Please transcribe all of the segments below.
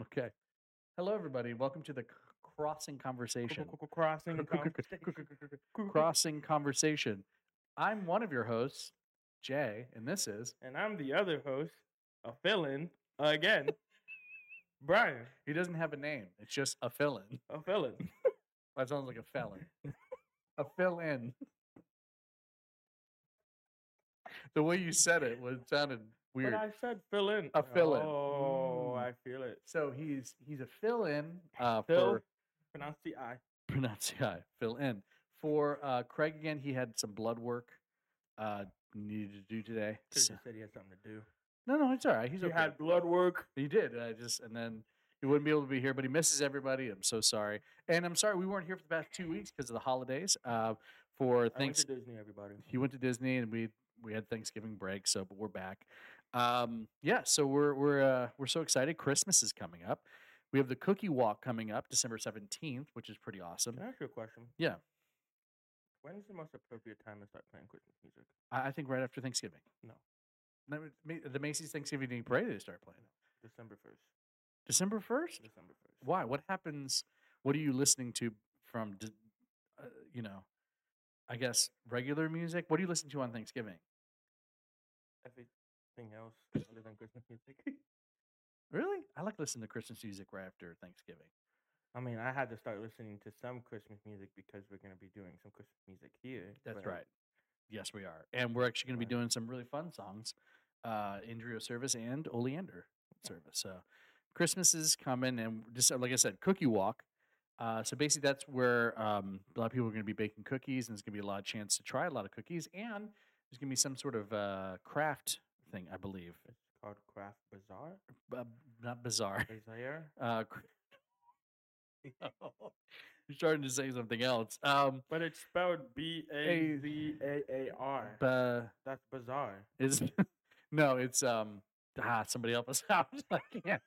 Okay. Hello, everybody. Welcome to the C- Crossing Conversation. Crossing. Crossing Conversation. I'm one of your hosts, Jay, and this is. And I'm the other host, a fill-in again. Brian, He doesn't have a name. It's just a fill-in. a fill-in. That sounds like a felon. a fill-in. The way you said it was sounded weird. But I said fill-in. A fill-in. Oh, Mm. I feel it. So he's he's a fill-in uh, Fill. for Pronounce the I. pronounce yeah, fill in for uh, Craig again. He had some blood work uh, needed to do today. Should've so- just said he had something to do. no, no, it's all right. He's he okay. had blood work. He did. I just and then he wouldn't be able to be here, but he misses everybody. I'm so sorry, and I'm sorry we weren't here for the past two weeks because of the holidays. Uh, for I went thanks, to Disney, everybody. he went to Disney, and we we had Thanksgiving break, so but we're back. Um, yeah, so we're we're uh, we're so excited. Christmas is coming up. We have the cookie walk coming up December 17th, which is pretty awesome. Can I ask you a question? Yeah. When is the most appropriate time to start playing Christmas music? I, I think right after Thanksgiving. No. No, it- Ma- The Macy's Thanksgiving Day Parade they start playing December first. December first. December first. Why? What happens? What are you listening to from? d- Uh, you know, I guess regular music. What do you listen to on Thanksgiving? Everything else other than Christmas music. Really, I like listening to Christmas music right after Thanksgiving. I mean, I had to start listening to some Christmas music because we're going to be doing some Christmas music here. That's but right. Yes, we are, and we're actually going to be Right. doing some really fun songs, uh, Andrea Service and Oleander Service. So, Christmas is coming, and just like I said, Cookie Walk. Uh, so basically, that's where um, a lot of people are going to be baking cookies, and there's going to be a lot of chance to try a lot of cookies, and there's going to be some sort of uh, craft thing, I believe, It's called Craft Bazaar. uh, not bizarre. Bazaar. Uh, cr- You're starting to say something else. Um, But it's spelled B A Z A A R. but That's bizarre. Is no, it's um ah, somebody help us out. I can't.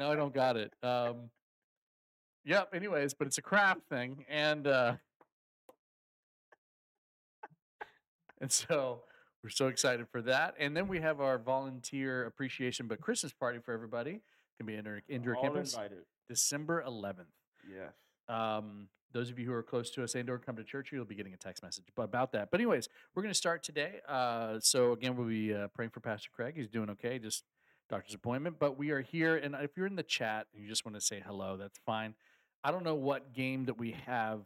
no, I don't got it. Um Yep, anyways, but it's a craft thing and uh and so we're so excited for that. And then we have our volunteer appreciation but Christmas party for everybody. Can be inter indoor All campus invited. December eleventh Yes. um, those of you who are close to us and or come to church, you'll be getting a text message ab- about that. But anyways, we're going to start today. Uh, so again, we'll be uh, praying for Pastor Craig. He's doing okay, just doctor's appointment. But we are here, and if you're in the chat and you just want to say hello, that's fine. I don't know what game that we have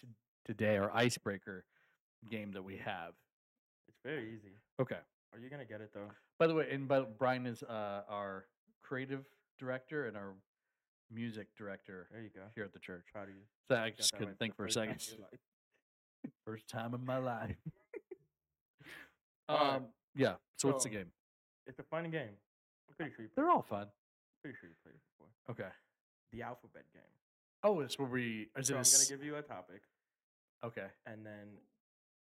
t- today or icebreaker game that we have. It's very easy. Okay. Are you going to get it, though? By the way, and by, Brian is uh, our creative director and our music director There you go. here at the church. Proud of you. So You I got just that couldn't right think for a first time in second. your life. First time in my life. Alright, um, yeah. So, what's the so- game? It's a fun game. I'm pretty sure you played They're all fun. pretty sure you played it before. Okay. The alphabet game. Oh, it's where we. Is so it a I'm s- going to give you a topic. okay. and then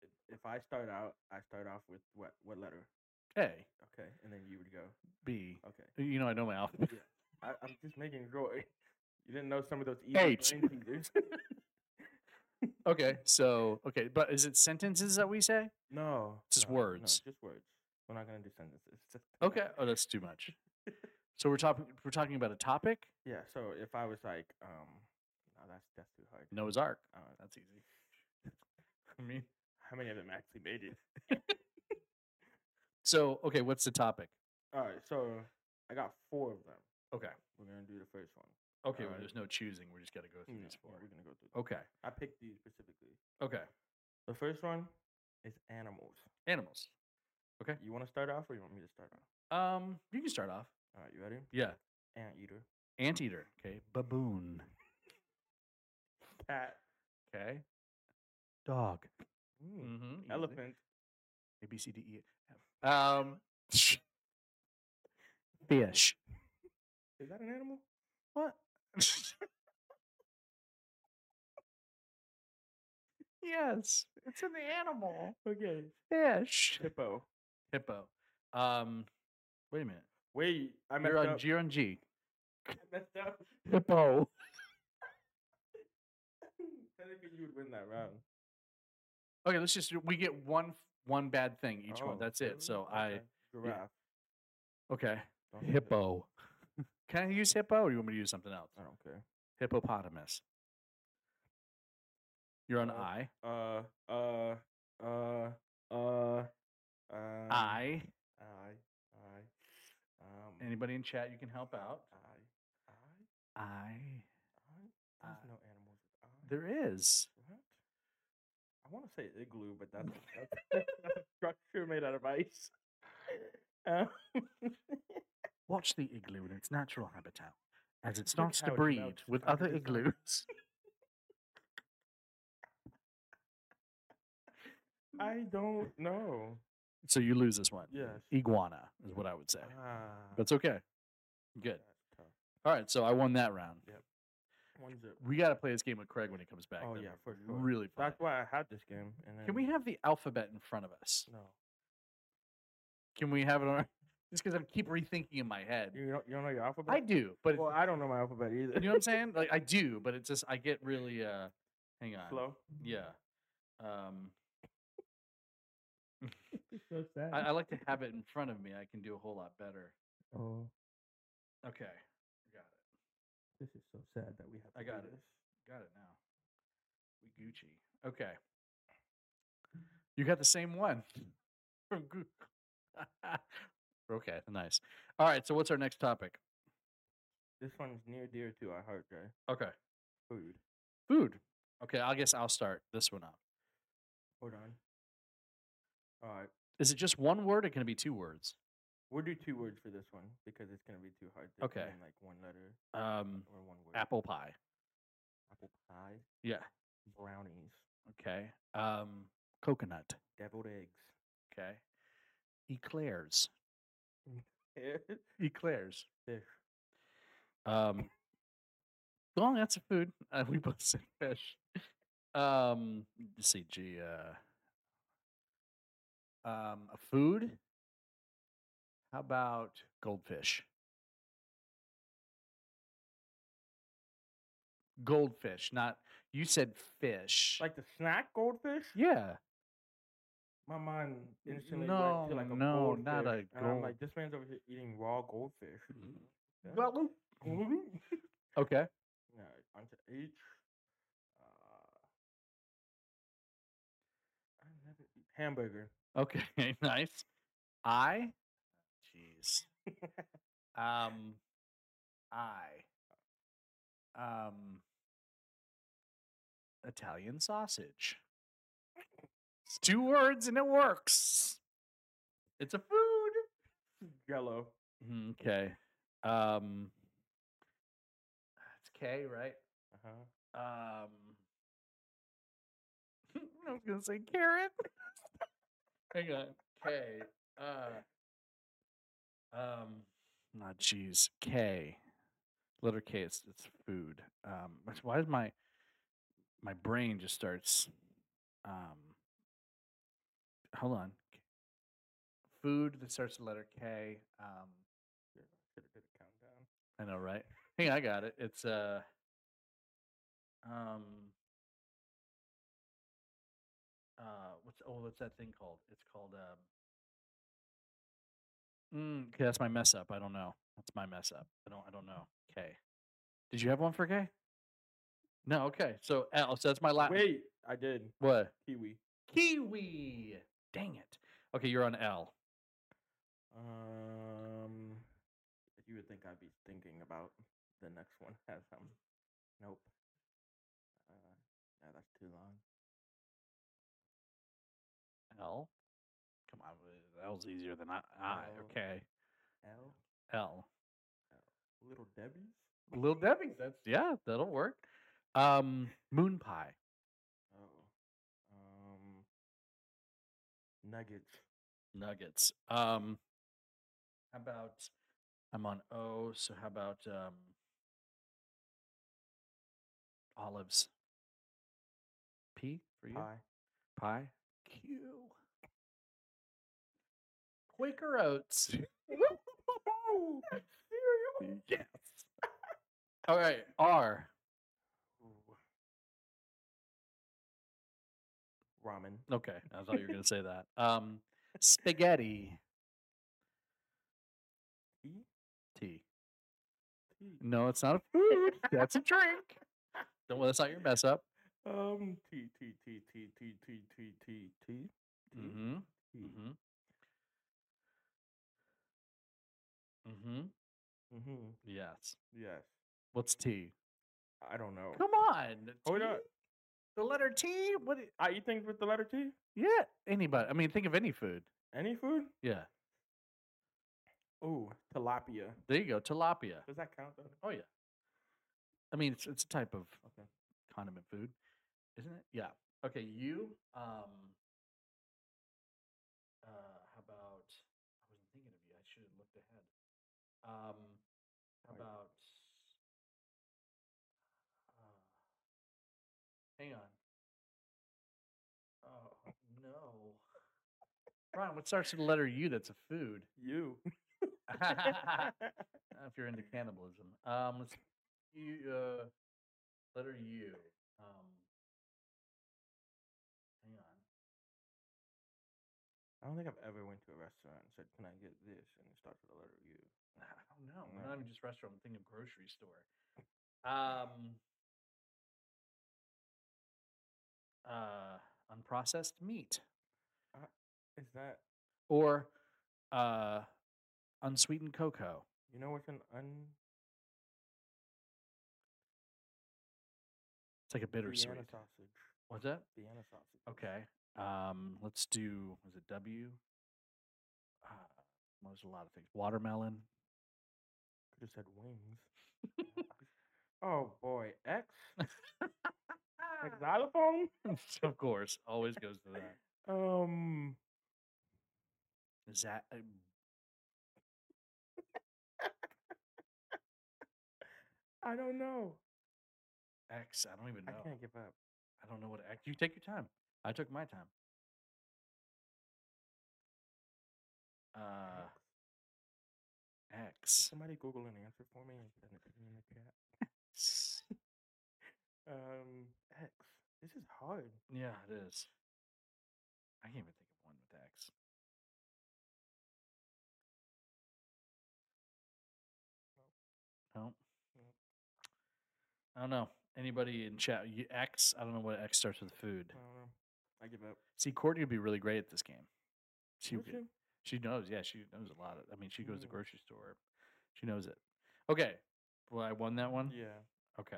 if- if I start out, I start off with what what letter? A Okay, and then you would go. B. Uh, Okay, You know, I know my alphabet. I, I'm just making it go. You didn't know some of those easy H. brain teasers. Okay. So okay, but is it sentences that we say? no, It's just no, words. No, just words. We're not gonna do sentences. Just- Okay. Oh, that's too much. So we're talking. We're talking about a topic. Yeah. So if I was like, um, no, that's that's too hard. Noah's Ark. Uh, That's easy. I mean. how many of them actually made it? So okay, what's the topic? All right. So I got four of them. Okay. We're gonna do the first one. Okay. well, Alright. there's no choosing. We just got to go through Yeah, these yeah, four. Oh. we're gonna go through. Uh, them. Okay. I picked these specifically. Okay. The first one is animals. Animals. You want to start off, or you want me to start off? Um, you can start off. All right, you ready? Yeah. Anteater, Anteater. Okay. Baboon. cat, Okay. Dog. mm, Mm-hmm. elephant, A B C D E F. Um. Fish. Is that an animal? What? yes, it's an animal. Okay. Fish. Hippo. Hippo. Um. Wait a minute. Wait, I messed You're on up. G. You're on G. I messed up. Hippo. Technically, you would win that round. Okay. Let's just. do- We get one. One bad thing each one. Oh, That's really? it. So Okay. giraffe. I. Okay. Don't get it. Hippo. Can I use hippo, or do you want me to use something else? I don't care. Hippopotamus. You're on Uh, I. Uh, uh, uh, uh, um, I. I, I, um, Anybody in chat, you can help out. I, I, I. I. I. There's no animals with I. Uh, There is. What? I want to say igloo, but that's, that's, that's a structure made out of ice. Um, Watch the igloo in its natural habitat as it Look starts to how it breed melts with under other the sun. igloos. Hmm. I don't know. so you lose this one. Yes. Iguana is what I would say. Ah, That's okay. Good. that's tough. All right. So I won that round. One zip. We got to play this game with Craig when he comes back. Oh That'd yeah, be for sure. Really fun. That's why I had this game. And then, Can we have the alphabet in front of us? No, Can we have it on? Our, just because I keep rethinking in my head. you don't. You don't know your alphabet. I do, but it's Well, I don't know my alphabet either. you know what I'm saying? Like I do, but it's just I get really uh hang on. Slow. Yeah. Um so sad. I, I like to have it in front of me. I can do a whole lot better. oh, Okay. Got it. this is so sad that we have. To I got do it. This. Got it now. We Gucci. Okay. You got the same one from Google. okay, nice. All right, so what's our next topic? This one's near dear to our heart, Jay. Okay. Food. Food. Okay, I guess I'll start this one up. Hold on. All right, Is it just one word or can it be two words? we'll do two words for this one because it's gonna be too hard. To put Okay. in, like one letter Um or one word. apple pie. Apple pie. Yeah. Brownies. Okay. Um, coconut. Deviled eggs. Okay. Eclairs. Fish. Eclairs. Um, well, that's a food. Uh, we both said fish. Um, let's see, gee, uh, um, a food. How about goldfish? Goldfish, not you said fish. Like the snack goldfish. yeah, My mind N- instantly went no, to like a no, goldfish. not a And I'm gold- Mm-hmm. like, this man's over here eating raw goldfish. Yeah. okay. All right, on to H. Uh, I never eat hamburger. Okay, nice. I, jeez. um, I, um, Italian sausage. It's two words and it works. It's a food. Jello. Mm, Okay. Um, it's K, right? Uh huh. Um, I was gonna say carrot. Hang on, K. Uh, um, not jeez, K. Letter K. It's, it's food. Um, that's why is my my brain just starts. Um, hold on. K- Food that starts with letter K. Um, Should have did a countdown. I know, right? Hey, I got it. It's uh um uh what's oh what's that thing called? It's called um mm, okay, that's my mess up. I don't know. That's my mess up. I don't I don't know. Okay. Did you have one for K? No, okay. So L so that's my last Wait, I did. what? Kiwi. Kiwi. Dang it. Okay, you're on L. Um, you would think I'd be thinking about the next one as I'm. Nope. Uh, no, that's too long. L. Come on, uh, L's easier than I, I. L. Okay. L. L. Little Debbie's. Little Debbie's. That's yeah, that'll work. Um, moon pie. Oh. Um. Nuggets. Nuggets. Um, how about I'm on O, so how about um, olives? P for you. Pie. Pie. Q. Quaker oats. Cereal. yes. All right. R. Ooh. Ramen. Okay, I thought you were gonna say that. Um, spaghetti. E. T. tea. No, it's not a food. That's a drink. Don't let us out your mess up. Um, tea, tea, tea, tea, tea, tea, tea, tea, tea, tea, Mm-hmm. tea. Mm-hmm. Mm-hmm. Mm-hmm. Yes. Yes. What's T? I don't know. Come on. Oh, we're not- T? The letter T? What? i- I eat things with the letter T. Yeah. Anybody. I mean, think of any food. Any food? Yeah. Oh, tilapia. There you go. Tilapia. Does that count though? Oh yeah. I mean, it's it's a type of Okay. condiment food, isn't it? Yeah. Okay. You. Um. Uh. How about? I wasn't thinking of you. I should have looked ahead. Um. How Right. about? Uh, hang on. Oh no. Brian, what starts with the letter U? That's a food. You. Uh, if you're into cannibalism. Um, let's you uh, letter U. Um, hang on. I don't think I've ever went to a restaurant and said, "Can I get this?" and it starts with the letter U. I don't know. Yeah. Not even just restaurant. I'm thinking grocery store. Um, uh, unprocessed meat Is that or uh, unsweetened cocoa. you know what's an un It's like a bittersweet. Vienna sausage? What's that? Vienna sausage. Okay. Um, let's do. Was it W? Uh, well, there's a lot of things. Watermelon. Could have said wings. oh boy, X like xylophone. of course, always goes to that. Um, Is that uh, I don't know. X? I don't even know. I can't give up. I don't know what X. You take your time. I took my time. Uh, X. Can X. Somebody Google an answer for me and send it to me in the chat. S- Um, X. This is hard. Yeah, it is. I can't even think of one with X. No. Nope. Mm. I don't know. Anybody in chat? You, X? I don't know what X starts with food. I don't know. I give up. See, Courtney would be really great at this game. She Would would- you? she knows. Yeah, she knows a lot. Of, I mean, she goes to Mm. grocery store. She knows it. Okay. Well, I won that one. Yeah. Okay.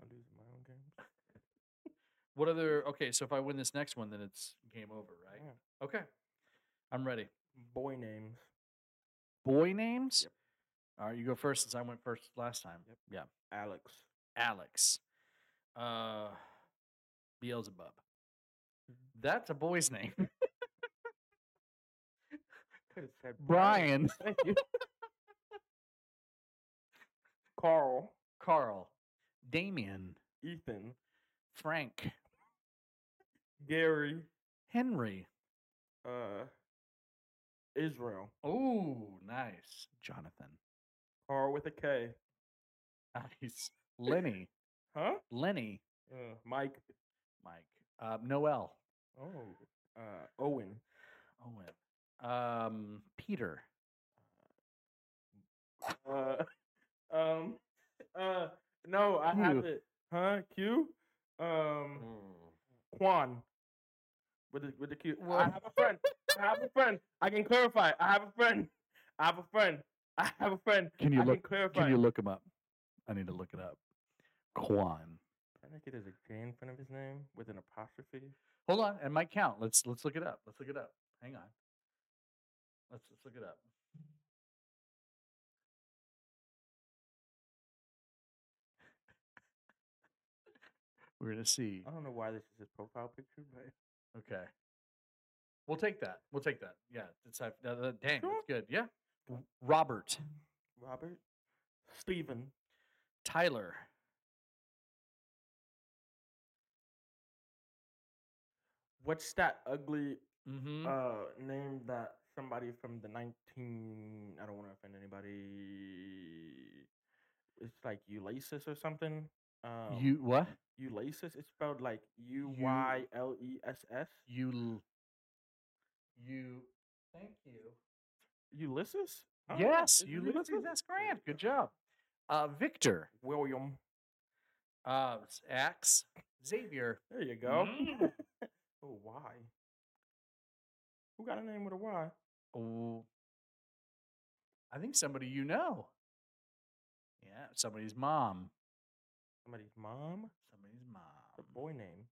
I'll do my own games. What other? Okay, so if I win this next one, then it's game over, right? Yeah. Okay. I'm ready. Boy names. Boy names. All right, you go first since I went first last time. Yep. Yeah. Alex. Alex. Uh, Beelzebub. That's a boy's name. Could have said Brian. Thank you. Carl. Carl. Damien. Ethan. Frank. Gary. Henry. Uh. Israel. Oh, nice. Jonathan. Carl with a K. Nice. Lenny. Huh? Lenny. Uh, Mike. Mike. Uh, Noel. Oh. Uh. Owen. Owen. Um, Peter. Uh. Um. Uh. No, I have Q. it. Huh? Q. Mm. Um. Quan. With the with the Q. Well- I have a friend. I have a friend. I can clarify. I have a friend. I have a friend. I have a friend. Can you I look- Can clarify. Can you look him up? I need to look it up. Quan. I think it is a J in front of his name with an apostrophe. Hold on, it might count. Let's let's look it up. Let's look it up. Hang on. Let's let's look it up. We're gonna see. I don't know why this is his profile picture, but Okay. We'll take that. We'll take that. Yeah. It's uh, uh, uh, dang, Sure. that's good. Yeah. R- Robert, Robert, Stephen, Tyler, what's that ugly mm-hmm. uh name that somebody from the nineteen? I don't want to offend anybody. It's like Ulysses or something. Um, Mm-hmm. you what? Ulysses. It's spelled like U Y L E S S. You. You. Thank you. Ulysses. Oh, Yes, it's you Ulysses S. Grant. Good job. Uh, Victor, William. uh, s- Axe, Xavier. There you go. Mm. oh, why? Who got a name with a Y? Oh, I think somebody you know. Yeah, somebody's mom. Somebody's mom? Somebody's Her mom. boy name.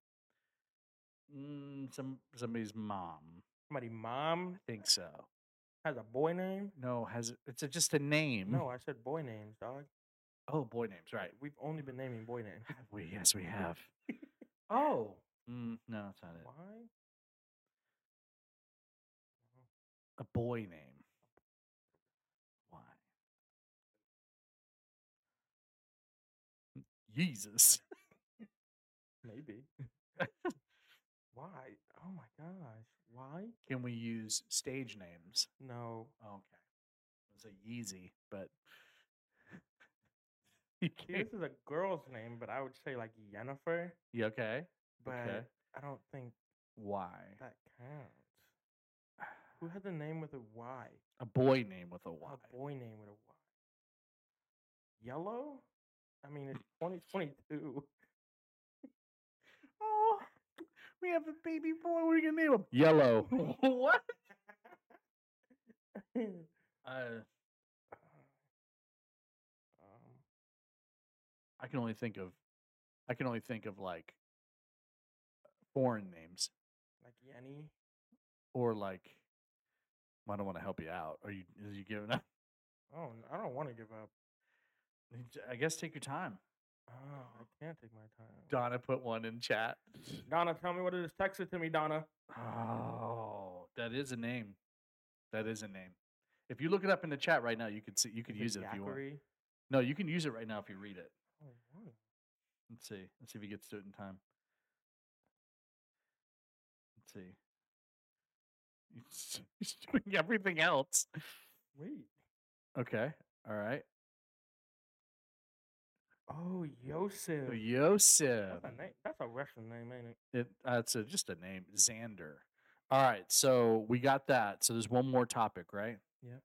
Mm, some somebody's mom. Somebody mom I think so. has a boy name? No, has it's a, just a name. No, I said boy names, dog. Oh, boy names, right? We've only been naming boy names. Have we? Yes, we have. oh, mm, no, that's not it. Why? A boy name. Why? Jesus. Maybe. Why? Oh my gosh. Why? Can we use stage names? No. Oh, okay. It's a Yeezy, but you See, can't. this is a girl's name, but I would say like Yennefer, You okay? but Okay. I don't think Why? that counts. Who had the name with a Y? A boy name with a Y. A boy name with a Y. Yellow? I mean, it's 2022. Oh, we have a baby boy. What are you gonna name him? Yellow. what? Uh, um, I can only think of, I can only think of like foreign names like Yenny. or like. I don't want to help you out. Are you? Is you giving up? Oh, n- I don't want to give up. I guess take your time. Oh, I can't take my time. Donna put one in chat. Donna, tell me what it is. Text it to me, Donna. Oh, that is a name. That is a name. If you look it up in the chat right now, you could see you could use it if you want. Zachary? No, you can use it right now if you read it. Oh, wow. Let's see. Let's see if he gets to it in time. Let's see. He's- He's doing everything else. Wait. Okay. All right. Oh, Yosef. So That's Yosef. a name. That's a Russian name, ain't it? It, that's a, just a name. Xander. All right. So we got that. So there's one more topic, right? Yep.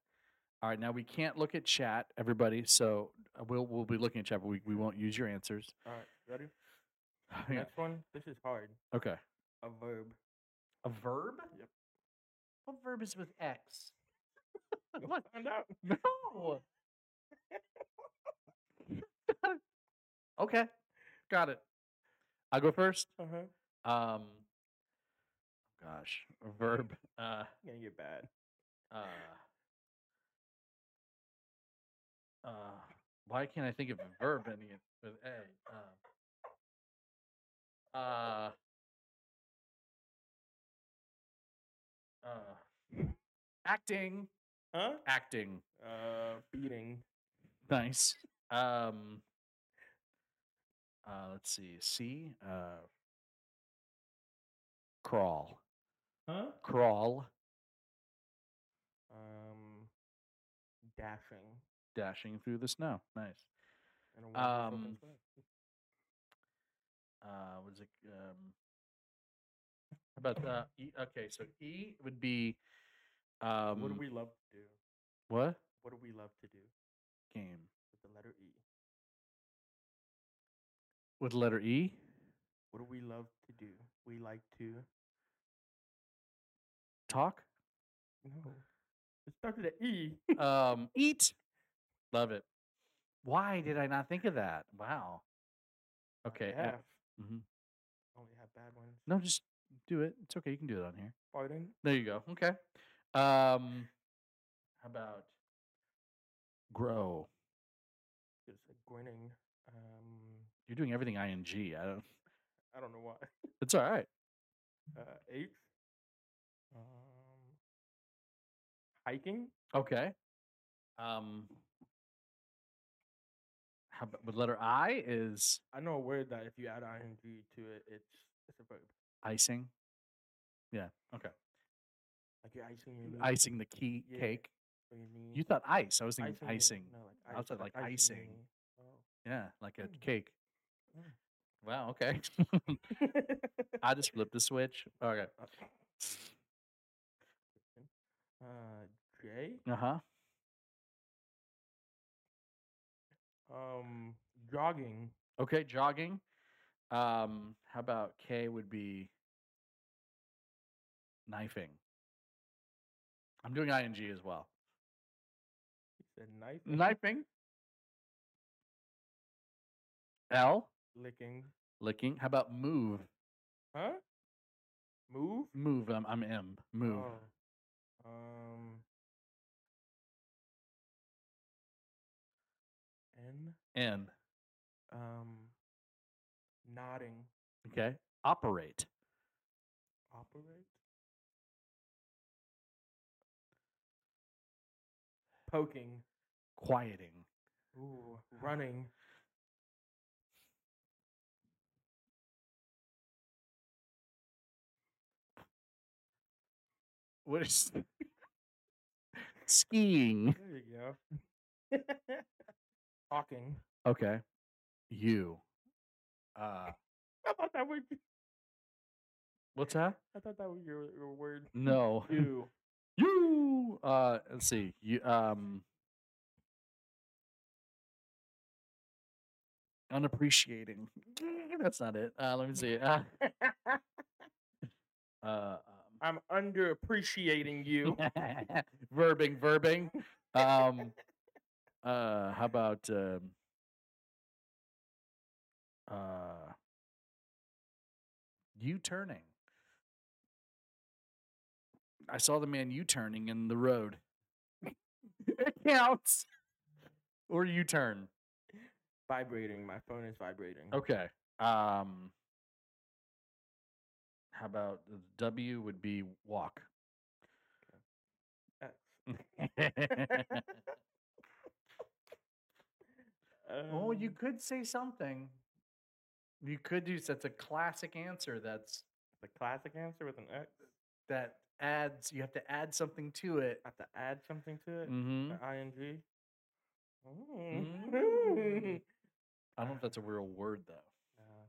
All right. Now we can't look at chat, everybody. So uh, we'll we'll be looking at chat, but we, we won't use your answers. All right, ready? Hang on. Next one. This is hard. Okay. A verb. A verb? Yep. What verb is with X? You'll What? Find out. No. okay. Got it. I'll go first. Uh huh. Um gosh. A verb. Uh Gonna get bad. uh uh why can't I think of a verb ending in- with A? Uh, uh, uh, acting, Huh? acting. Uh, beating. Nice. Um uh let's see. C uh crawl. Huh? Crawl Um, dashing. dashing through the snow. Nice. In a wonderful Um, control. Uh was it um how about uh e okay, so E would be um what do we love to do? what What do we love to do game? with the letter E? With the letter E? What do we love to do? We like to. Talk? No. It starts with an E. um eat. Love it. Why did I not think of that? Wow. My Okay. uh, F. mhm. Only have bad ones. No, just do it. It's okay. You can do it on here. Farting. There you go. Okay. Um, how about grow? Just like grinning. Um, You're doing everything ing. I don't. I don't know why. It's all right. Uh, H. Um, hiking. Okay. Um, how about with letter I is I know a word that if you add ing to it, it's it's a verb. icing. Yeah. Okay. Like you're icing your meat Icing the key Yeah. cake. or your knee. You thought ice. I was thinking your- icing. No, like I ice, was like icing icing. your- Yeah, like a Mm. cake. Mm. Wow. Okay. Oh. I just flipped the switch. Okay. uh, J. Uh-huh. Uh huh. Uh, Mm. Um, jogging. Okay, jogging. Um, how about K would be knifing. I'm doing ing as well. He said knife. Knifing. L Licking. licking. How about move? Huh? Move. Move. I'm, I'm M. Move. Oh. Um. N. N. Um. Nodding. Okay. Operate. Operate. Poking. Quieting. Ooh. Running. What is skiing? There you go. Talking. Okay. You. Uh, I thought that would. what's that? I thought that was your, your word. No. You. You. Uh, let's see. You. Um. Unappreciating. That's not it. Uh, let me see. Uh, uh, I'm underappreciating you. um, verbing, verbing. Um. Uh. How about um. Uh. You turning. I saw the man U turning in the road. it counts. Or U turn. vibrating. My phone is vibrating. Okay. Um. How about the W would be walk. X. Oh, you Um, could say something. You could do. That's a classic answer. That's The classic answer with an X. that adds. You have to add something to it. I have to add something to it. Mm-hmm. The ing. Mm. Mm. I don't know if that's a real word though. Uh,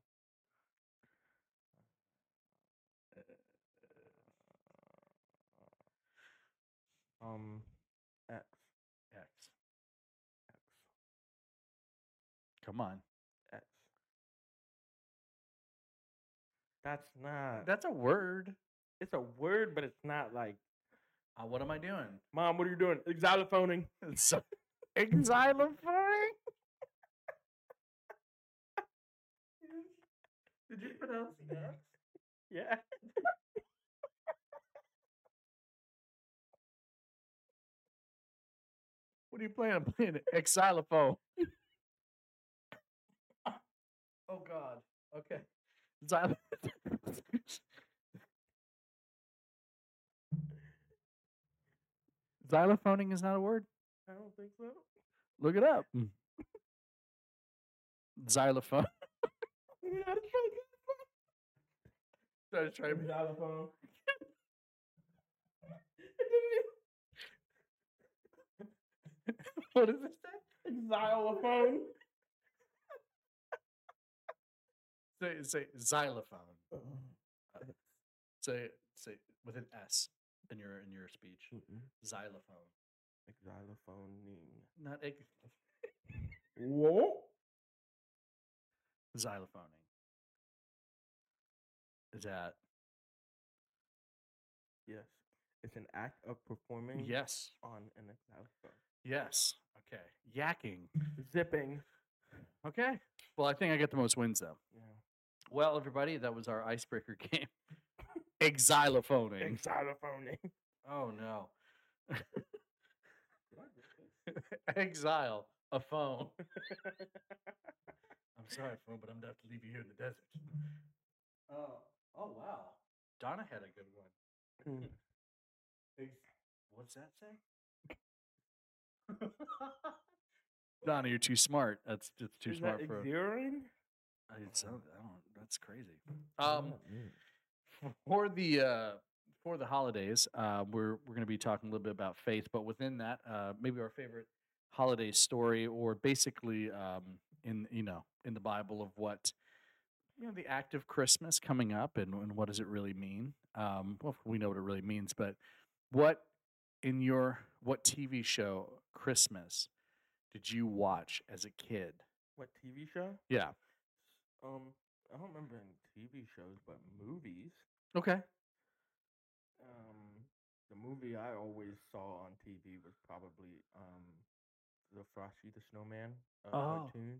um, X. X. Come on. X. That's not. That's a word. it's a word, but it's not like, Uh, what am I doing? Mom, what are you doing? Xylophoning. It's so- Xylophone. Did you pronounce X? Yeah. What are you playing? I'm playing xylophone. oh God. Okay. Xylo- Xylophoning is not a word. I don't think so. Look it up. Xylophone. Not a fucking I was trying to be- xylophone. it What does it didn't even xylophone. say? Say, say xylophone. Uh, Say say with an S in your in your speech. Xylophone. Xylophoning. Not ex- Whoa. xylophoning. Is that Yes. It's an act of performing yes? on an xylophone. Yes. Okay. Yacking. Zipping. Okay. Hmm. Well, I think I get the most wins though. Yeah. Well, everybody, that was our icebreaker game. Exilophoning. Xylophoning. Oh no. Exile a phone. I'm sorry, phone, but I'm gonna have to leave you here in the desert. Oh. Oh wow. Hmm. Donna had a good one. Mm. Ex- What's that say? Donna, you're too smart. That's it's too Is smart that for. Xerin? I didn't sound, I don't. That's crazy. What Um, does that mean? for the uh, for the holidays, uh, we're we're going to be talking a little bit about faith, but within that, uh, maybe our favorite holiday story, or basically um, in you know in the Bible of what you know the act of Christmas coming up, and, and what does it really mean? Um, well, we know what it really means, but what in your what TV show Christmas did you watch as a kid? What TV show? Yeah. Um, I don't remember any TV shows, but movies. Okay. Um, the movie I always saw on TV was probably um, the Frosty the Snowman uh, Oh. cartoon.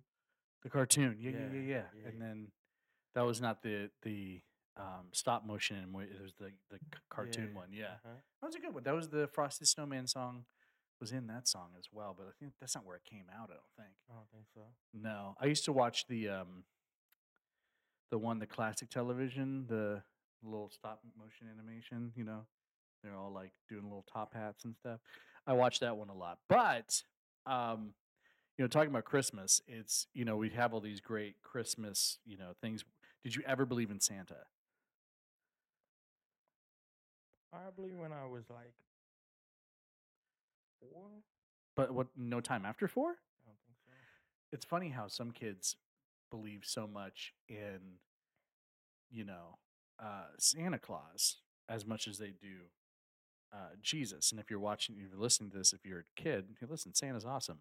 The cartoon. Yeah, yeah, yeah, Yeah, yeah. yeah, And yeah. then that was not the the um, stop motion. and It was the the c- cartoon one. Yeah, uh-huh. that was a good one. That was the Frosty the Snowman song. Was in that song as well, but I think that's not where it came out. I don't think. I don't think so. No, I used to watch the um, the one, the classic television, the little stop motion animation. You know, they're all like doing little top hats and stuff. I watched that one a lot, but um, you know, talking about Christmas, it's you know we have all these great Christmas you know things. Did you ever believe in Santa? Probably when I was like four. I But what? No time after four. don't think so. It's funny how some kids believe so much in you know uh, Santa Claus as much as they do uh, Jesus. And if you're watching, if you're listening to this, if you're a kid, hey, listen, Santa's awesome.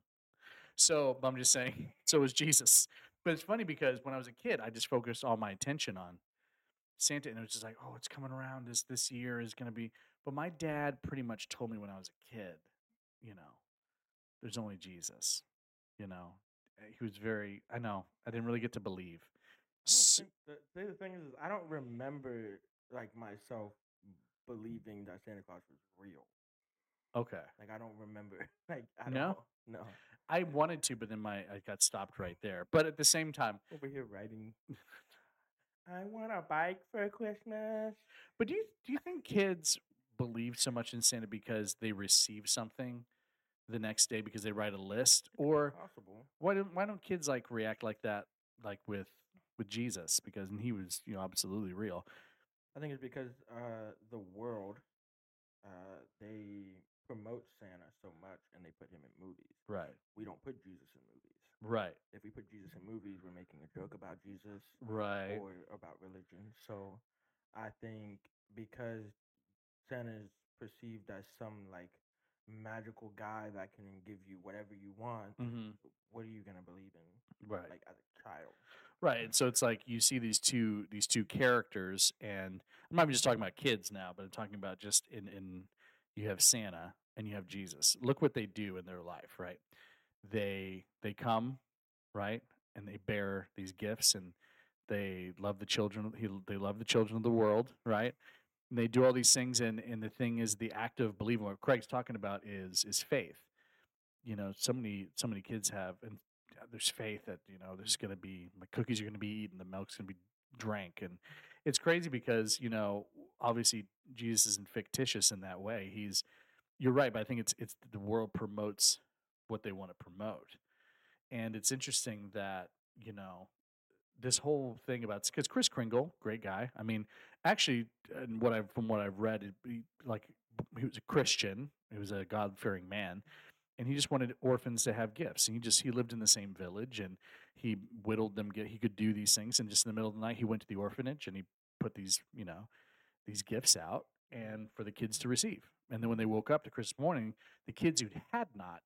So but I'm just saying, so is Jesus. But it's funny because when I was a kid, I just focused all my attention on Santa, and it was just like, oh, it's coming around. This this year is going to be. But my dad pretty much told me when I was a kid, you know, there's only Jesus. You know, Uh, he was very. I know. I didn't really get to believe. I don't S- think the, the other thing is, I don't remember like myself believing that Santa Claus was real. okay. Like I don't remember. Like I No? don't know. No. I wanted to, but then my I got stopped right there. But at the same time, Over here writing. I want a bike for Christmas. but do you do you think kids believe so much in Santa because they receive something the next day because they write a list, or Possible. why don't why don't kids like react like that like with with Jesus because and he was you know absolutely real. I think it's because uh, the world, uh, they promote Santa so much and they put him in movies. Right. We don't put Jesus in movies. Right. If we put Jesus in movies, we're making a joke about Jesus Right. or about religion. So I think because Santa is perceived as some like magical guy that can give you whatever you want, hmm what are you going to believe in? Right. Like as a child. Right. And so it's like you see these two these two characters and I'm not even just talking about kids now, but I'm talking about just in in you have Santa and you have Jesus. Look what they do in their life, right? They they come, right? And they bear these gifts and they love the children he, they love the children of the world, right? And they do all these things and and the thing is the act of believing what Craig's talking about is is faith. You know, so many so many kids have and uh, there's faith that you know there's going to be the cookies are going to be eaten, the milk's going to be drank, and it's crazy because you know obviously Jesus isn't fictitious in that way. He's you're right, but I think it's it's the world promotes what they want to promote, and it's interesting that you know this whole thing about because Chris Kringle, great guy. I mean, actually, and what I from what I've read, it, he, like he was a Christian, he was a God fearing man, and he just wanted orphans to have gifts. And he just he lived in the same village, and he whittled them. Get he could do these things, and just in the middle of the night, he went to the orphanage and he put these you know these gifts out and for the kids to receive. And then when they woke up to Christmas morning, the kids who had not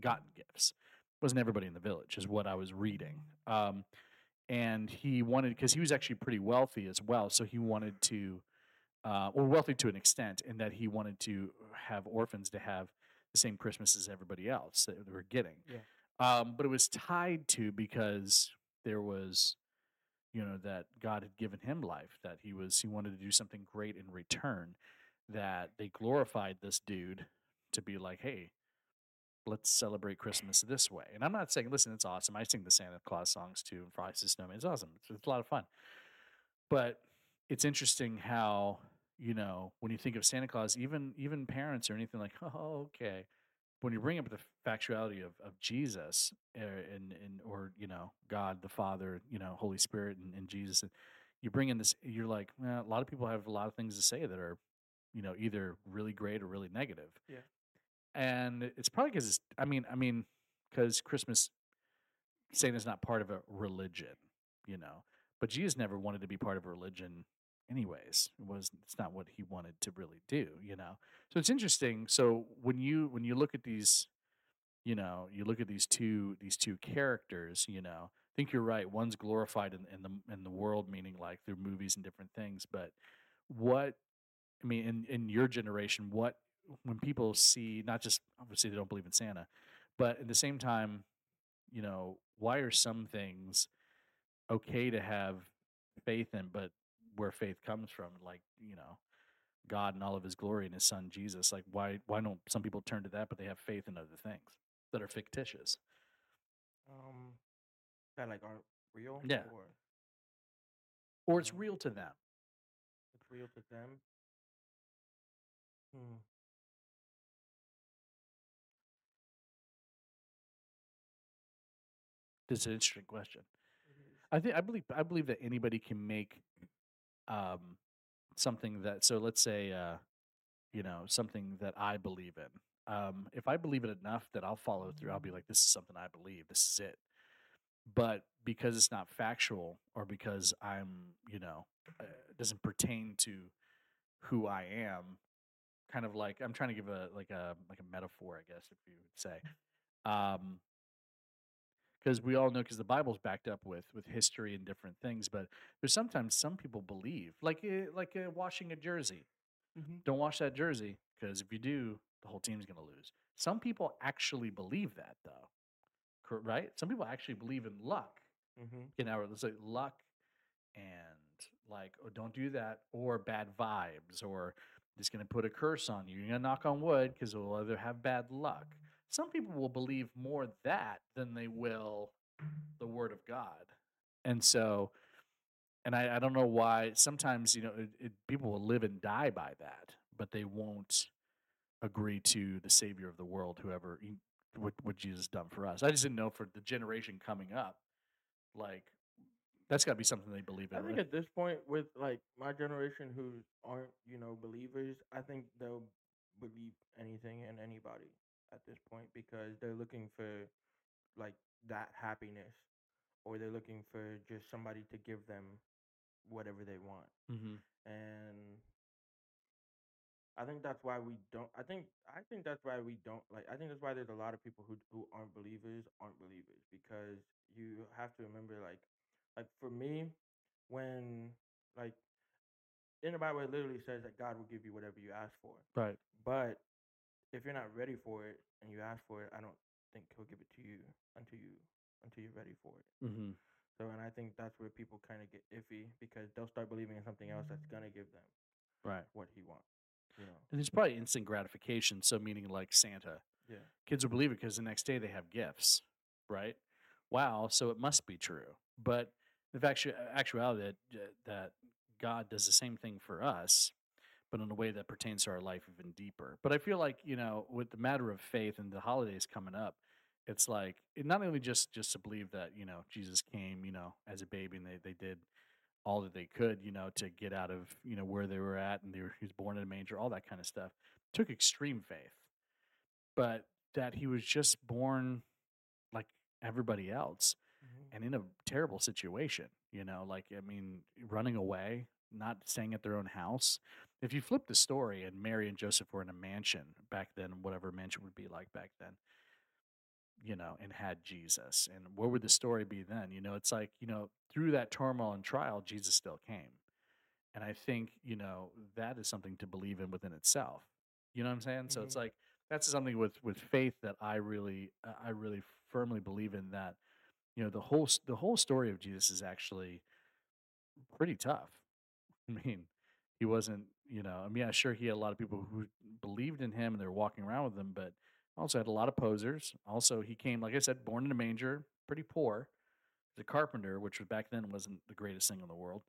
gotten gifts wasn't everybody in the village, is what I was reading. Um, and he wanted because he was actually pretty wealthy as well, so he wanted to uh, or wealthy to an extent, in that he wanted to have orphans to have the same Christmas as everybody else that they were getting. Yeah. Um, but it was tied to because there was, you know, that God had given him life, that he was he wanted to do something great in return, that they glorified this dude to be like, hey, let's celebrate Christmas this way. And I'm not saying, listen, it's awesome. I sing the Santa Claus songs too, and Frosty the Snowman. It's awesome. It's, it's a lot of fun. But it's interesting how you know when you think of Santa Claus, even even parents or anything like, oh, okay. When you bring up the factuality of, of Jesus er, and, and or you know God the Father, you know Holy Spirit and, and Jesus, and you bring in this, you're like, "Nah, a lot of people have a lot of things to say that are, you know, either really great or really negative. Yeah. and it's probably because it's. I mean, I mean, because Christmas, Santa's not part of a religion, you know, but Jesus never wanted to be part of a religion anyways it was it's not what he wanted to really do you know so it's interesting so when you when you look at these you know you look at these two these two characters you know i think you're right one's glorified in, in the in the world meaning like through movies and different things but what i mean in in your generation what when people see not just obviously they don't believe in santa but at the same time you know why are some things okay to have faith in but where faith comes from like you know God and all of his glory and his son Jesus. Like why why don't some people turn to that but they have faith in other things that are fictitious? Um, that like aren't real. Yeah. Or Or it's Yeah. real to them. it's real to them. Hmm. This is an interesting question. it is. I think I believe I believe that anybody can make um something that so let's say uh you know something that I believe in. Um if I believe it enough that I'll follow through. I'll be like this is something I believe. This is it. But because it's not factual or because I'm, you know, uh, it doesn't pertain to who I am, kind of like I'm trying to give a like a like a metaphor, I guess if you would say. Um because we all know because the bible's backed up with with history and different things but there's sometimes some people believe like uh, like uh, washing a jersey Mhm. don't wash that jersey because if you do the whole team's going to lose some people actually believe that though cor- right some people actually believe in luck Mhm. you know let's say luck and like oh, don't do that or bad vibes or it's going to put a curse on you you're going to knock on wood because we'll either have bad luck some people will believe more that than they will the word of god and so and i, I don't know why sometimes you know it, it, people will live and die by that but they won't agree to the savior of the world whoever he- what, what jesus done for us i just didn't know for the generation coming up like that's got to be something they believe in I think right? at this point, with like my generation who aren't you know believers, I think they'll believe anything and anybody at this point because they're looking for like that happiness, or they're looking for just somebody to give them whatever they want. Mhm. and I think that's why we don't. I think I think that's why we don't like. I think that's why there's a lot of people who who aren't believers aren't believers because you have to remember like like for me when like in the Bible it literally says that God will give you whatever you ask for, right but if you're not ready for it and you ask for it, I don't think He'll give it to you until you until you're ready for it. mm-hmm. So and I think that's where people kind of get iffy because they'll start believing in something else that's gonna give them right what he wants. You know. and there's probably instant gratification so meaning like santa Yeah. kids will believe it because the next day they have gifts, right? Wow, so it must be true. But the factu- actuality that uh, that God does the same thing for us, but in a way that pertains to our life even deeper. But I feel like you know, with the matter of faith and the holidays coming up, it's like it not only just just to believe that you know Jesus came, you know, as a baby, and they they did all that they could, you know, to get out of you know where they were at, and they were, he was born in a manger, all that kind of stuff. Took extreme faith, but that he was just born like everybody else Mm-hmm. and in a terrible situation you know like i mean running away not staying at their own house if you flip the story and mary and joseph were in a mansion back then whatever mansion would be like back then you know and had jesus and what would the story be then you know it's like you know through that turmoil and trial jesus still came and i think you know that is something to believe in within itself you know what i'm saying so it's Mhm. like that's something with with faith that i really uh, i really firmly believe in that you know the whole s- the whole story of jesus is actually pretty tough i mean he wasn't you know i mean yeah sure he had a lot of people who believed in him and they were walking around with him but also had a lot of posers also he came like i said born in a manger pretty poor the carpenter which was back then wasn't the greatest thing in the world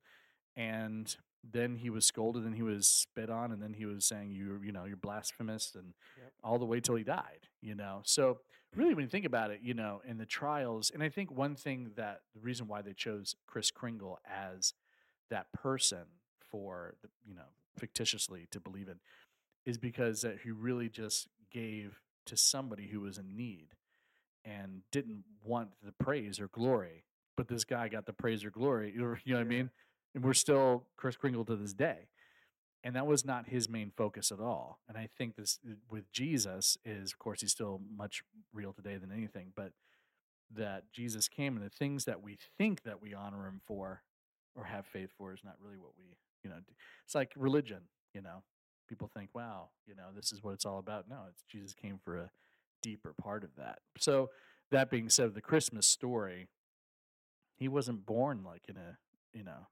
and then he was scolded and he was spit on and then he was saying you you know you're blasphemous and Yep. all the way till he died you know so really when you think about it you know in the trials and i think one thing that the reason why they chose chris kringle as that person for the, you know fictitiously to believe in is because that he really just gave to somebody who was in need and didn't want the praise or glory but this guy got the praise or glory you know what i Yeah. mean and we're still Chris Kringle to this day. and that was not his main focus at all and i think this uh, with jesus is of course he's still much real today than anything but that jesus came and the things that we think that we honor him for or have faith for is not really what we you know d- it's like religion you know people think wow you know this is what it's all about no it's jesus came for a deeper part of that so that being said the christmas story he wasn't born like in a you know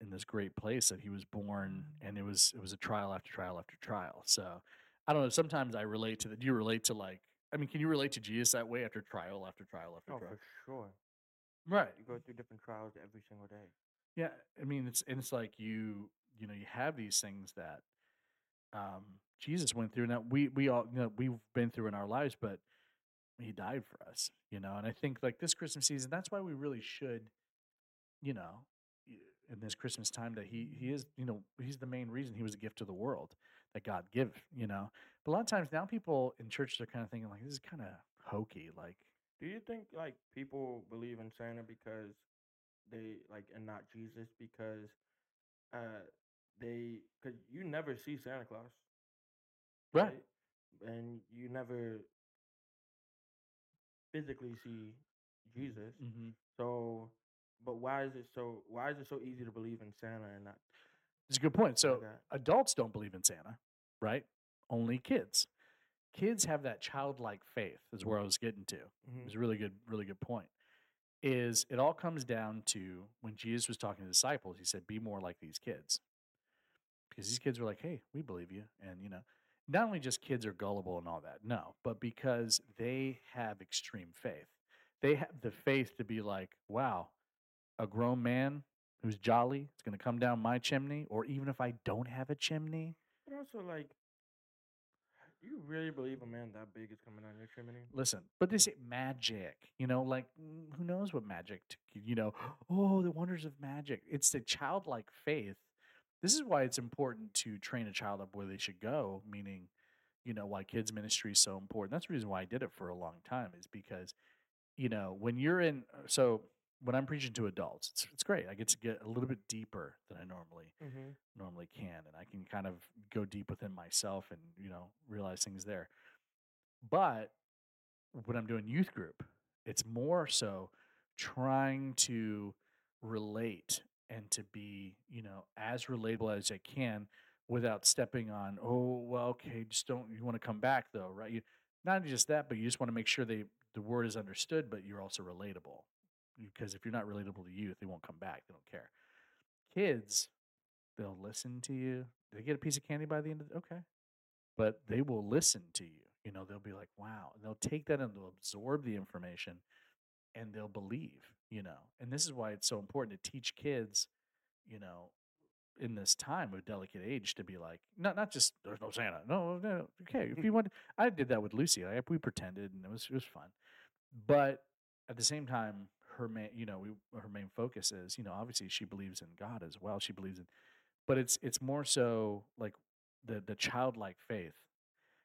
in this great place that he was born Mm. and it was it was a trial after trial after trial so i don't know sometimes i relate to that do you relate to like i mean can you relate to jesus that way after trial after trial after Oh, trial for sure. right You go through different trials every single day. yeah i mean it's and it's like you you know you have these things that um jesus went through and that we we all you know we've been through in our lives but he died for us you know and i think like this christmas season that's why we really should you know y- in this christmas time that he he is you know he's the main reason he was a gift to the world that god give you know but a lot of times now people in churches are kind of thinking like this is kind of hokey like Do you think like people believe in Santa because they like and not Jesus because uh they cuz you never see Santa Claus, right And you never physically see Jesus. mm-hmm. So but why is it so why is it so easy to believe in Santa and not it's a good point so that? adults don't believe in santa right only kids kids have that childlike faith is where i was getting to Mhm. It's a really good, really good point. Is it all comes down to when Jesus was talking to the disciples, he said, Be more like these kids. Because these kids were like, Hey, we believe you. And you know, not only just kids are gullible and all that, no, but because they have extreme faith. They have the faith to be like, Wow, a grown man who's jolly is gonna come down my chimney, or even if I don't have a chimney, But also like you really believe a man that big is coming on your chimney? listen, but they say magic, you know, like mm, who knows what magic, t- you know, oh, the wonders of magic. It's the childlike faith. This is why it's important to train a child up where they should go, meaning, you know, why kids ministry is so important. That's the reason why I did it for a long time is because, you know, when you're in, uh, so when I'm preaching to adults, it's, it's great. I get to get a little bit deeper than I normally Mhm. normally can and i can kind of go deep within myself and you know realize things there but when i'm doing youth group it's more so trying to relate and to be you know as relatable as i can without stepping on oh well okay just don't you want to come back though right you, not just that but you just want to make sure they the word is understood but you're also relatable because if you're not relatable to youth they won't come back they don't care kids they'll listen to you. They get a piece of candy by the end of the, okay, but they will listen to you. You know, they'll be like, wow, and they'll take that and they'll absorb the information, and they'll believe. You know, and this is why it's so important to teach kids. You know, in this time of delicate age, to be like, not not just there's no Santa. No, no, okay. If you want, I did that with Lucy. I, we pretended, and it was it was fun. But at the same time, her main, you know, we, her main focus is, you know, obviously she believes in God as well. She believes in but it's it's more so like the the childlike faith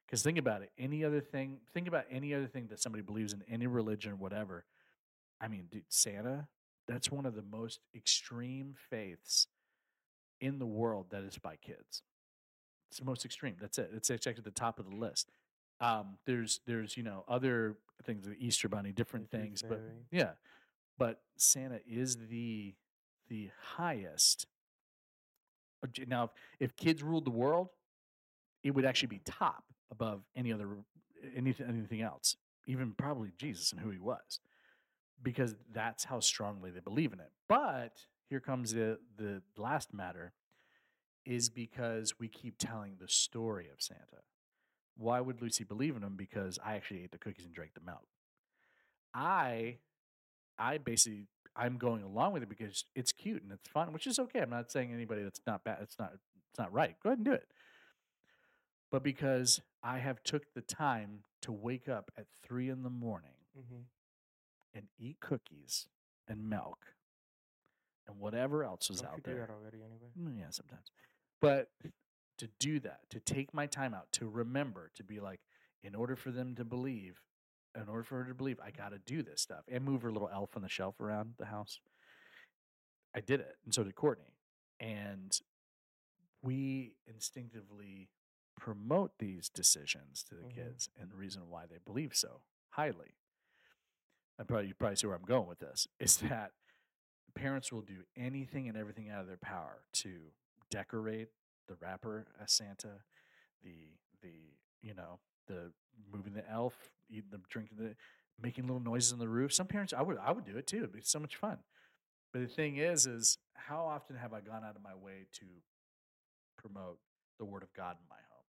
because think about it any other thing think about any other thing that somebody believes in any religion or whatever i mean dude, santa that's one of the most extreme faiths in the world that is by kids it's the most extreme that's it it's actually at the top of the list um there's there's you know other things the easter bunny different The Tooth things but Fairy. yeah but santa is the the highest uh, j- now if, if kids ruled the world it would actually be top above any other anything anything else even probably jesus and who he was because that's how strongly they believe in it but here comes the the last matter is because we keep telling the story of santa why would lucy believe in him because i actually ate the cookies and drank the milk i I basically I'm going along with it because it's cute and it's fun, which is okay. I'm not saying anybody that's not bad. It's not it's not right. Go ahead and do it. But because I have took the time to wake up at three in the morning Mhm. and eat cookies and milk and whatever else was Don't out you there. do that already anyway? Mm, Yeah, sometimes. But to do that, to take my time out, to remember, to be like, in order for them to believe, in order for her to believe, I got to do this stuff and move her little elf on the shelf around the house. I did it. And so did Courtney. And we instinctively promote these decisions to the Mhm. kids and the reason why they believe so highly. I probably you probably see where I'm going with this is that parents will do anything and everything out of their power to decorate the wrapper as Santa, the the you know the moving the elf, eating the drinking the making little noises on the roof. Some parents I would I would do it too. It'd be so much fun. But the thing is, is how often have I gone out of my way to promote the word of God in my home?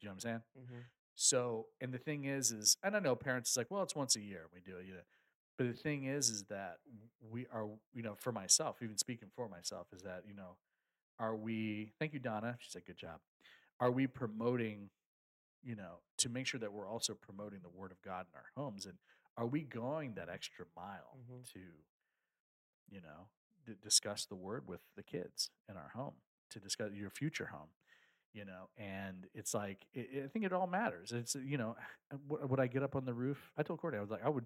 Do you know what I'm saying? Mm-hmm. So, and the thing is, is and I know parents is like, well, it's once a year we do it, you know. But the thing is, is that we are, you know, for myself, even speaking for myself, is that you know, are we? Thank you, Donna. She said, good job. Are we promoting, you know, to make sure that we're also promoting the Word of God in our homes, and are we going that extra mile Mhm. to, you know, d- discuss the Word with the kids in our home, to discuss your future home, you know and it's like it, it- i think it all matters it's you know w- would i get up on the roof i told courtney i was like i would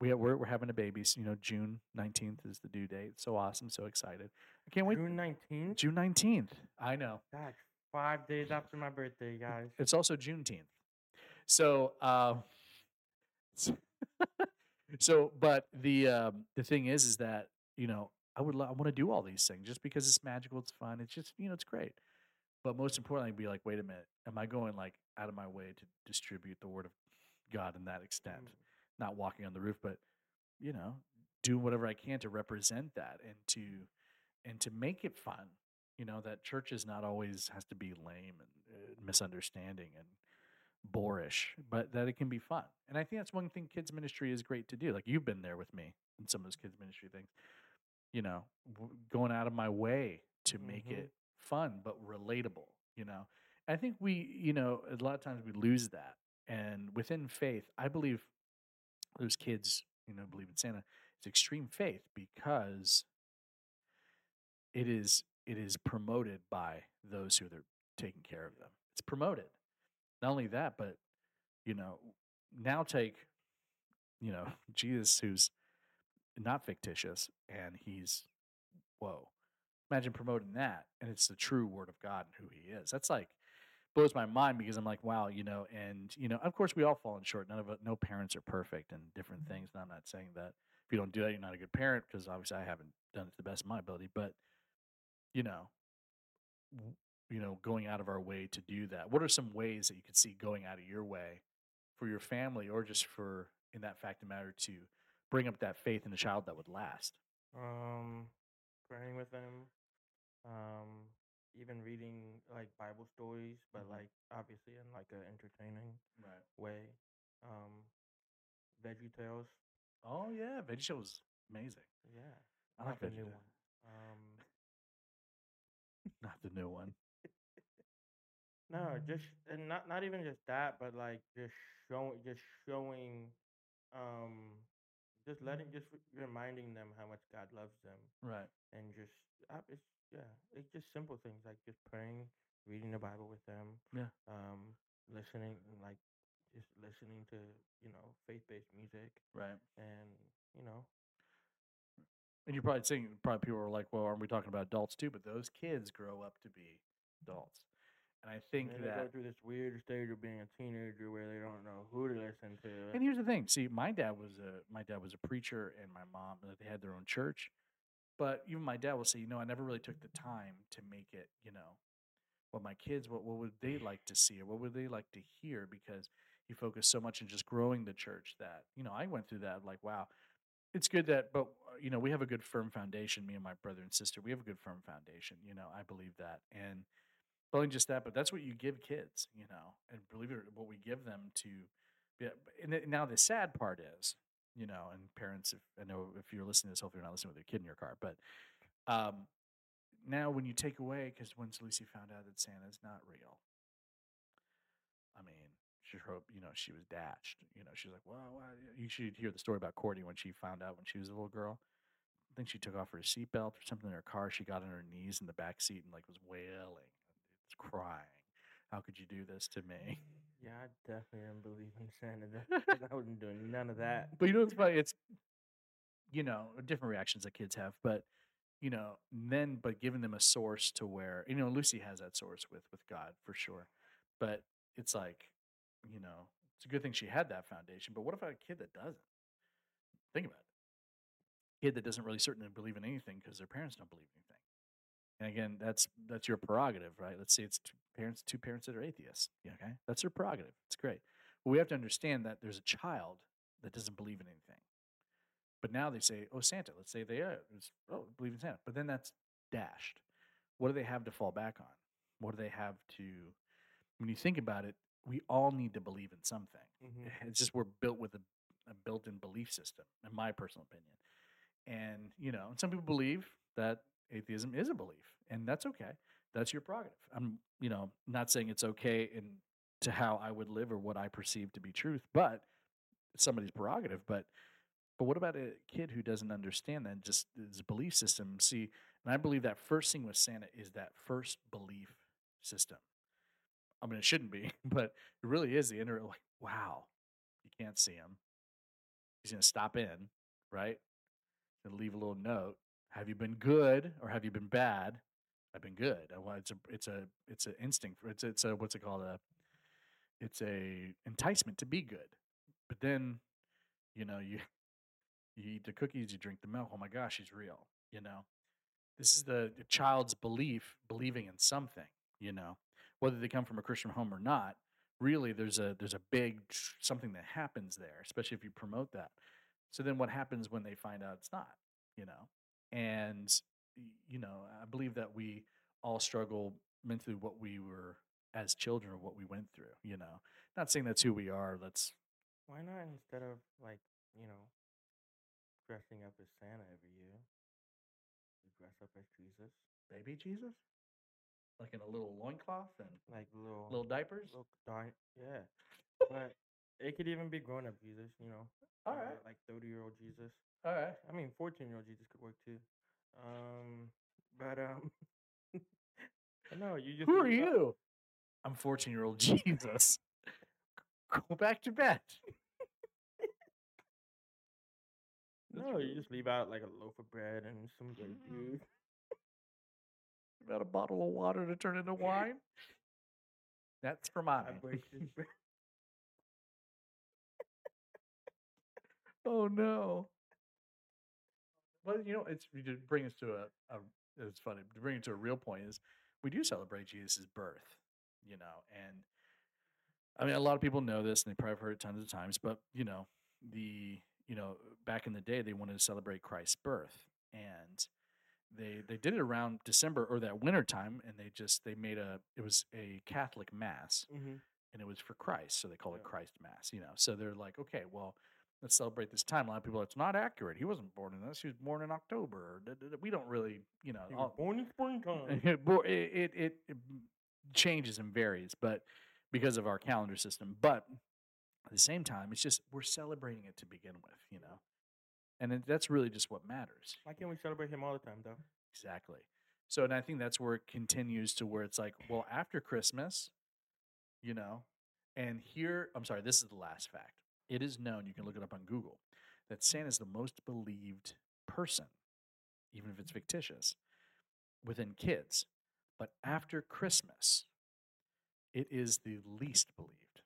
we ha- we're, we're having a baby so, you know june 19th is the due date so awesome so excited i can't wait June nineteenth. june 19th i know That's five days after my birthday, guys. it's also juneteenth so uh s- so but the um the thing is is that you know i would lo- i want to do all these things just because it's magical it's fun it's just you know it's great but most importantly be like wait a minute am i going like out of my way to distribute the word of god in that extent Mm. not walking on the roof but you know doing whatever i can to represent that and to and to make it fun you know that church is not always has to be lame and uh, misunderstanding and boorish but that it can be fun and i think that's one thing kids ministry is great to do like you've been there with me in some of those kids ministry things you know w- going out of my way to make Mhm. it fun but relatable you know i think we you know a lot of times we lose that and within faith i believe those kids you know believe in santa it's extreme faith because it is it is promoted by those who are taking care of them it's promoted not only that but you know now take you know jesus who's not fictitious and he's whoa imagine promoting that and it's the true word of god and who he is that's like blows my mind because i'm like wow you know and you know of course we all fall in short none of us no parents are perfect and different things and i'm not saying that if you don't do that you're not a good parent because obviously i haven't done it to the best of my ability but you know w- you know going out of our way to do that what are some ways that you could see going out of your way for your family or just for in that fact of matter to bring up that faith in a child that would last Um, praying with them. Um, even reading like Bible stories, but Mhm. like obviously in like a entertaining right way. Um, Veggie Tales. oh yeah veggie show was amazing Yeah, i like the veggie new Tales. one. Um, not the new one No, just and not not even just that, but like just showing, just showing, um, just Mm-hmm. letting, just re- reminding them how much God loves them, right and just uh, it's yeah, it's just simple things like just praying, reading the Bible with them, Yeah. um, listening like just listening to you know faith based music, right and you know and you're probably saying probably people are like well aren't we talking about adults too but those kids grow up to be adults and i think and they go that through this weird stage of being a teenager where they don't know who to listen to. And here's the thing. See, my dad was a my dad was a preacher, and my mom uh, they had their own church. But even my dad will say, you know, I never really took the time to make it, you know, what my kids what what would they like to see or what would they like to hear because he focused so much on just growing the church that you know I went through that like wow, it's good that but uh, you know we have a good firm foundation. Me and my brother and sister we have a good firm foundation. You know I believe that and. Not only just that, but that's what you give kids, you know, and believe it or what we give them to yeah, but- and th- now the sad part is, you know, and parents, if I know if you're listening to this, hopefully you're not listening with your kid in your car, but um, now when you take away, because once Lucy found out that Santa's not real, I mean, she hope you know she was dashed. You know, she's like, well, well, you should hear the story about Courtney when she found out when she was a little girl. I think she took off her seatbelt or something in her car. She got on her knees in the back seat and like was wailing, it's crying. How could you do this to me? Yeah, I definitely didn't believe in Santa. though, 'cause I wasn't doing none of that. But you know, it's funny. It's you know different reactions that kids have, but you know, and then but giving them a source to where you know Lucy has that source with with God for sure, but it's like, you know, it's a good thing she had that foundation. But what if I had a kid that doesn't? Think about it. Kid that doesn't really certainly believe in anything because their parents don't believe anything. And again, that's that's your prerogative, right? Let's say it's two parents, two parents that are atheists. yeah, Okay, that's their prerogative. It's great. But we have to understand that there's a child that doesn't believe in anything. But now they say, "Oh, Santa." Let's say they are, it's, "Oh, believe in Santa." But then that's dashed. What do they have to fall back on? What do they have to? When you think about it, we all need to believe in something. Mm-hmm. Eh, It's just we're built with a, a built-in belief system, in my personal opinion. And you know, and some people believe that atheism is a belief, and that's okay. That's your prerogative. I'm, you know, not saying it's okay in to how I would live or what I perceive to be truth, but it's somebody's prerogative. But but what about a kid who doesn't understand that? Just his belief system. See, and I believe that first thing with Santa is that first belief system. I mean, it shouldn't be, but it really is the inner like, wow, you can't see him. He's gonna stop in, right? And leave a little note. Have you been good or have you been bad? I've been good. I want it's a it's a it's an instinct. for- It's it's a what's it called a it's a enticement to be good. But then, you know, you you eat the cookies, you drink the milk. Oh my gosh, he's real. You know, this is the, the child's belief, believing in something. You know, whether they come from a Christian home or not, really there's a there's a big tr- something that happens there, especially if you promote that. So then, what happens when they find out it's not? You know, and y- you know, I believe that we all struggle mentally what we were as children, what we went through. You know, not saying that's who we are. That's Why not instead of like you know dressing up as Santa every year, you dress up as Jesus, baby Jesus, like in a little loincloth and like little little diapers. little darn yeah. But it could even be grown up Jesus, you know. All uh, right, like thirty year old Jesus. all right. I mean, 14 year old Jesus could work too. Um, but um, no, you just Who are look it up. you? I'm 14 year old Jesus. Go back to bed. That's No, you rude. just leave out like a loaf of bread and some grape juice. About a bottle of water to turn into wine. That's for mommy. I break this bread. Oh no. Well, you know, it's to bring us to a, a it's funny to bring it to a real point is we do celebrate Jesus' birth, you know, and I mean a lot of people know this and they probably have heard it tons of times, but you know, the you know back in the day they wanted to celebrate Christ's birth and they they did it around December or that winter time and they just they made a it was a Catholic mass Mm-hmm. and it was for Christ, so they call it Yeah. Christ Mass. You know, so they're like, okay, well, let's celebrate this time. A lot of people, are, it's not accurate. He wasn't born in this. He was born in October. or da- da- da." We don't really, you know, You were all- born in springtime. Bo- it, it it it m- changes and varies, but because of our calendar system. But at the same time, it's just we're celebrating it to begin with, you know, and it, that's really just what matters. Why can't we celebrate him all the time, though? Exactly. So, and I think that's where it continues to where it's like, well, after Christmas, you know, and here, I'm sorry, this is the last fact. It is known, you can look it up on Google, that Santa's the most believed person, even if it's fictitious, within kids. But after Christmas, it is the least believed.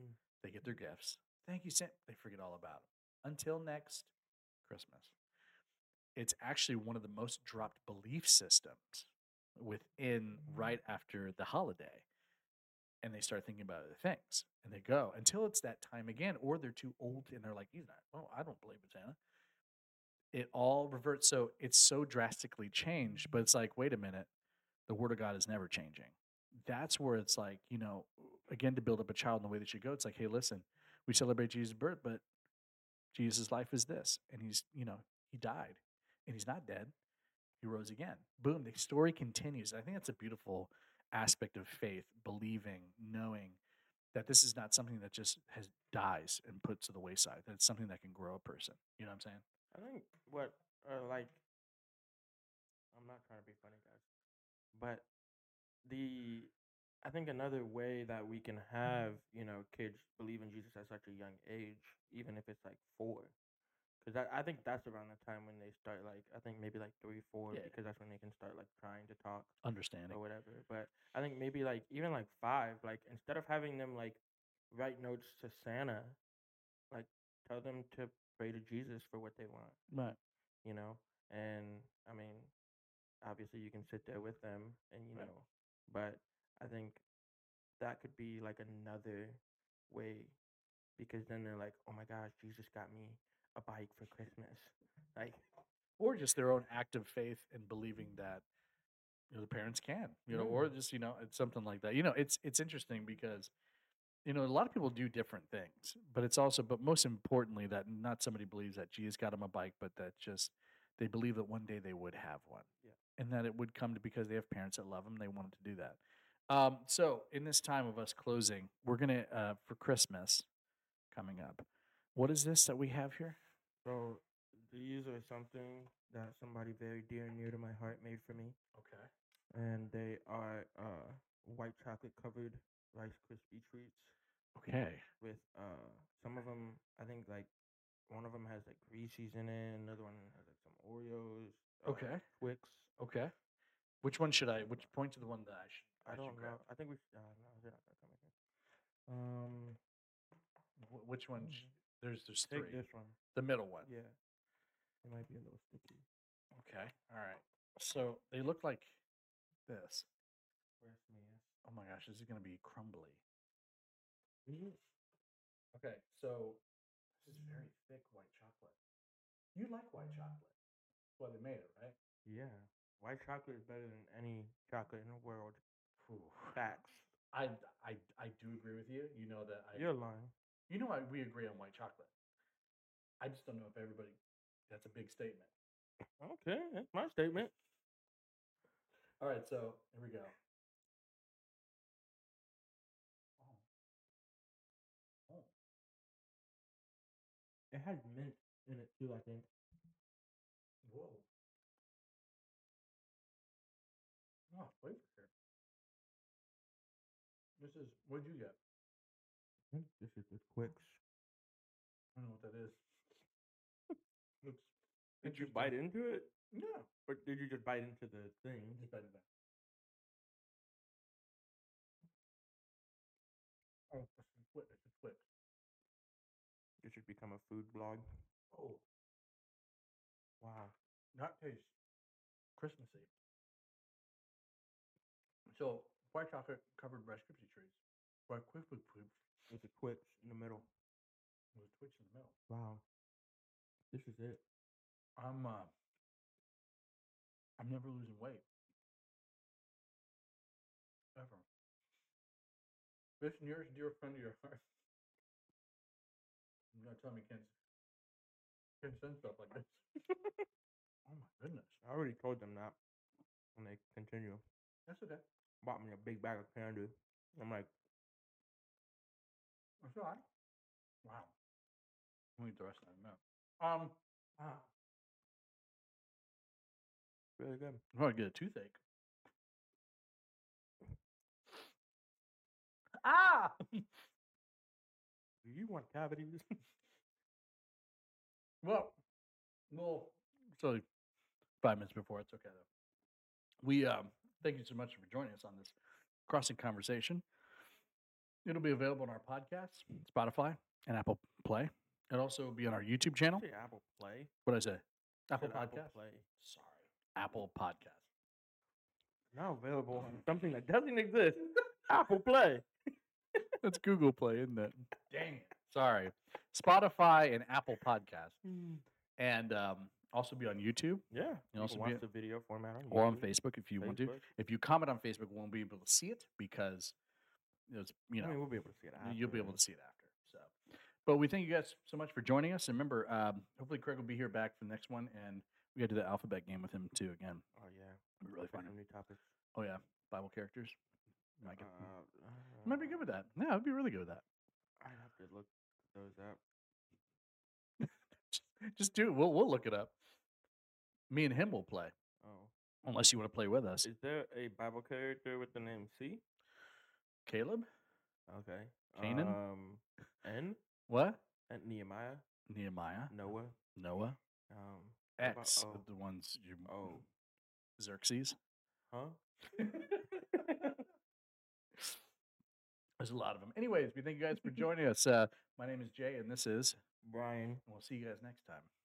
Mm. They get their gifts. Thank you, Santa. They forget all about it until next Christmas it's actually one of the most dropped belief systems within right after the holiday. And they start thinking about other things and they go until it's that time again, or they're too old and they're like, he's not, oh, I don't believe in Santa. It all reverts. So it's so drastically changed, but it's like, wait a minute, the word of God is never changing. That's where it's like, you know, again, to build up a child in the way that you go, it's like, hey, listen, we celebrate Jesus' birth, but Jesus' life is this. And he's, you know, he died and he's not dead. He rose again. Boom, the story continues. I think that's a beautiful aspect of faith, believing, knowing that this is not something that just has dies and put to the wayside. That it's something that can grow a person. You know what I'm saying? I think what uh, like I'm not trying to be funny, guys, but the I think another way that we can have you know kids believe in Jesus at such a young age, even if it's like four, Because I, I think that's around the time when they start like I think maybe like three four Yeah. because that's when they can start like trying to talk Understanding. or whatever. But I think maybe like even like five like instead of having them like write notes to Santa, like tell them to pray to Jesus for what they want. Right. You know, and I mean, obviously you can sit there with them and you Right. know, but I think that could be like another way because then they're like, oh my gosh, Jesus got me a bike for Christmas. Like, Or just their own act of faith and believing that you know, the parents can, you know, or Mm. just, you know, it's something like that. You know, it's it's interesting because you know, a lot of people do different things, but it's also, but most importantly, that not somebody believes that G has got him a bike, but that just they believe that one day they would have one, Yeah. and that it would come to because they have parents that love them. They wanted to do that. Um, so, in this time of us closing, we're gonna uh, for Christmas coming up. What is this that we have here? so these are something that somebody very dear and near to my heart made for me. Okay. And they are uh, white chocolate covered Rice Krispie treats Okay. with uh, some of them, I think like one of them has like Reese's in it, another one has like some Oreos. uh, Okay. Twix. Okay. Which one should I? Which point to the one that I should? I should don't grab? know. I think we should. Uh, no, they're not gonna come again. Um, mm-hmm, Wh- Which one? sh- There's there's three. take this one. The middle one. Yeah, it might be a little sticky. Okay. All right. So they look like this. Where's Mia? Oh my gosh, this is going to be crumbly. Mm-hmm. Okay. So this is very thick white chocolate. You like white chocolate. That's why they made it, right? Yeah, white chocolate is better than any chocolate in the world. Phew. Facts. I, I, I do agree with you. You know that I. You're lying. You know I, we agree on white chocolate. I just don't know if everybody. That's a big statement. Okay, that's my statement. All right, so here we go. Oh. Oh. It has mint in it too. I think. Whoa. Wow, flavor here. This is what'd you get? This is with Twix. I don't know what that is. Looks Did you bite into it, Yeah. or did you just bite into the thing? Just bite it back. Oh, it's a quick. It's a quick. You should become a food blog. Oh, Wow. not taste Christmassy. So white chocolate covered rice crispy trees. White crispy trees With the Twix in the middle. with a twitch in the middle. Wow. This is it. I'm uh, I'm never losing weight. Ever. This nearest dear friend of your heart. I'm not telling me you can't can't send stuff like this. oh my goodness. I already told them that. And they continue. That's okay. Bought me a big bag of candy. I'm like, That's all right. Wow. I'm gonna eat the rest of that in a minute. Um ah. Really good. I'm gonna get a toothache. Ah Do you want cavities? Well, well, it's only five minutes before. It's okay though. We um, thank you so much for joining us on this crossing conversation. It'll be available on our podcast, Spotify, and Apple Play. It'll also be on our YouTube channel. Say Apple Play. What did I say? Apple Said Podcast. Play. Sorry, Apple Podcast. Now available on something that doesn't exist. Apple Play. That's Google Play, isn't it? Dang it! Sorry, Spotify and Apple Podcast, and um, also be on YouTube Yeah. You, can also be watch a- the video format on or on YouTube, Mm-hmm. Facebook if you want to. Facebook. If you comment on Facebook, we won't be able to see it because it's you know I mean, we'll be able to see it. you- you'll be able to afterwards. see it after. So, but we thank you guys so much for joining us. And remember, um, hopefully Craig will be here back for the next one, and we got to do the alphabet game with him too again. Oh yeah. It'll be really Pick fun. some new topics. Oh yeah, Bible characters. I Uh, could, might be good with that. Yeah, I'd be really good with that. I'd have to look those up. Just do it. We'll we'll look it up. Me and him will play, Oh. unless you want to play with us, Is there a Bible character with the name C? Caleb. Okay. Canaan? Um, N What? and Nehemiah. Nehemiah, Noah. Noah, Um, what about- Uh, X, oh, the ones you oh, Xerxes. huh? There's a lot of them. Anyways, we thank you guys for joining us. Uh, my name is Jay, and this is, Brian. and we'll see you guys next time.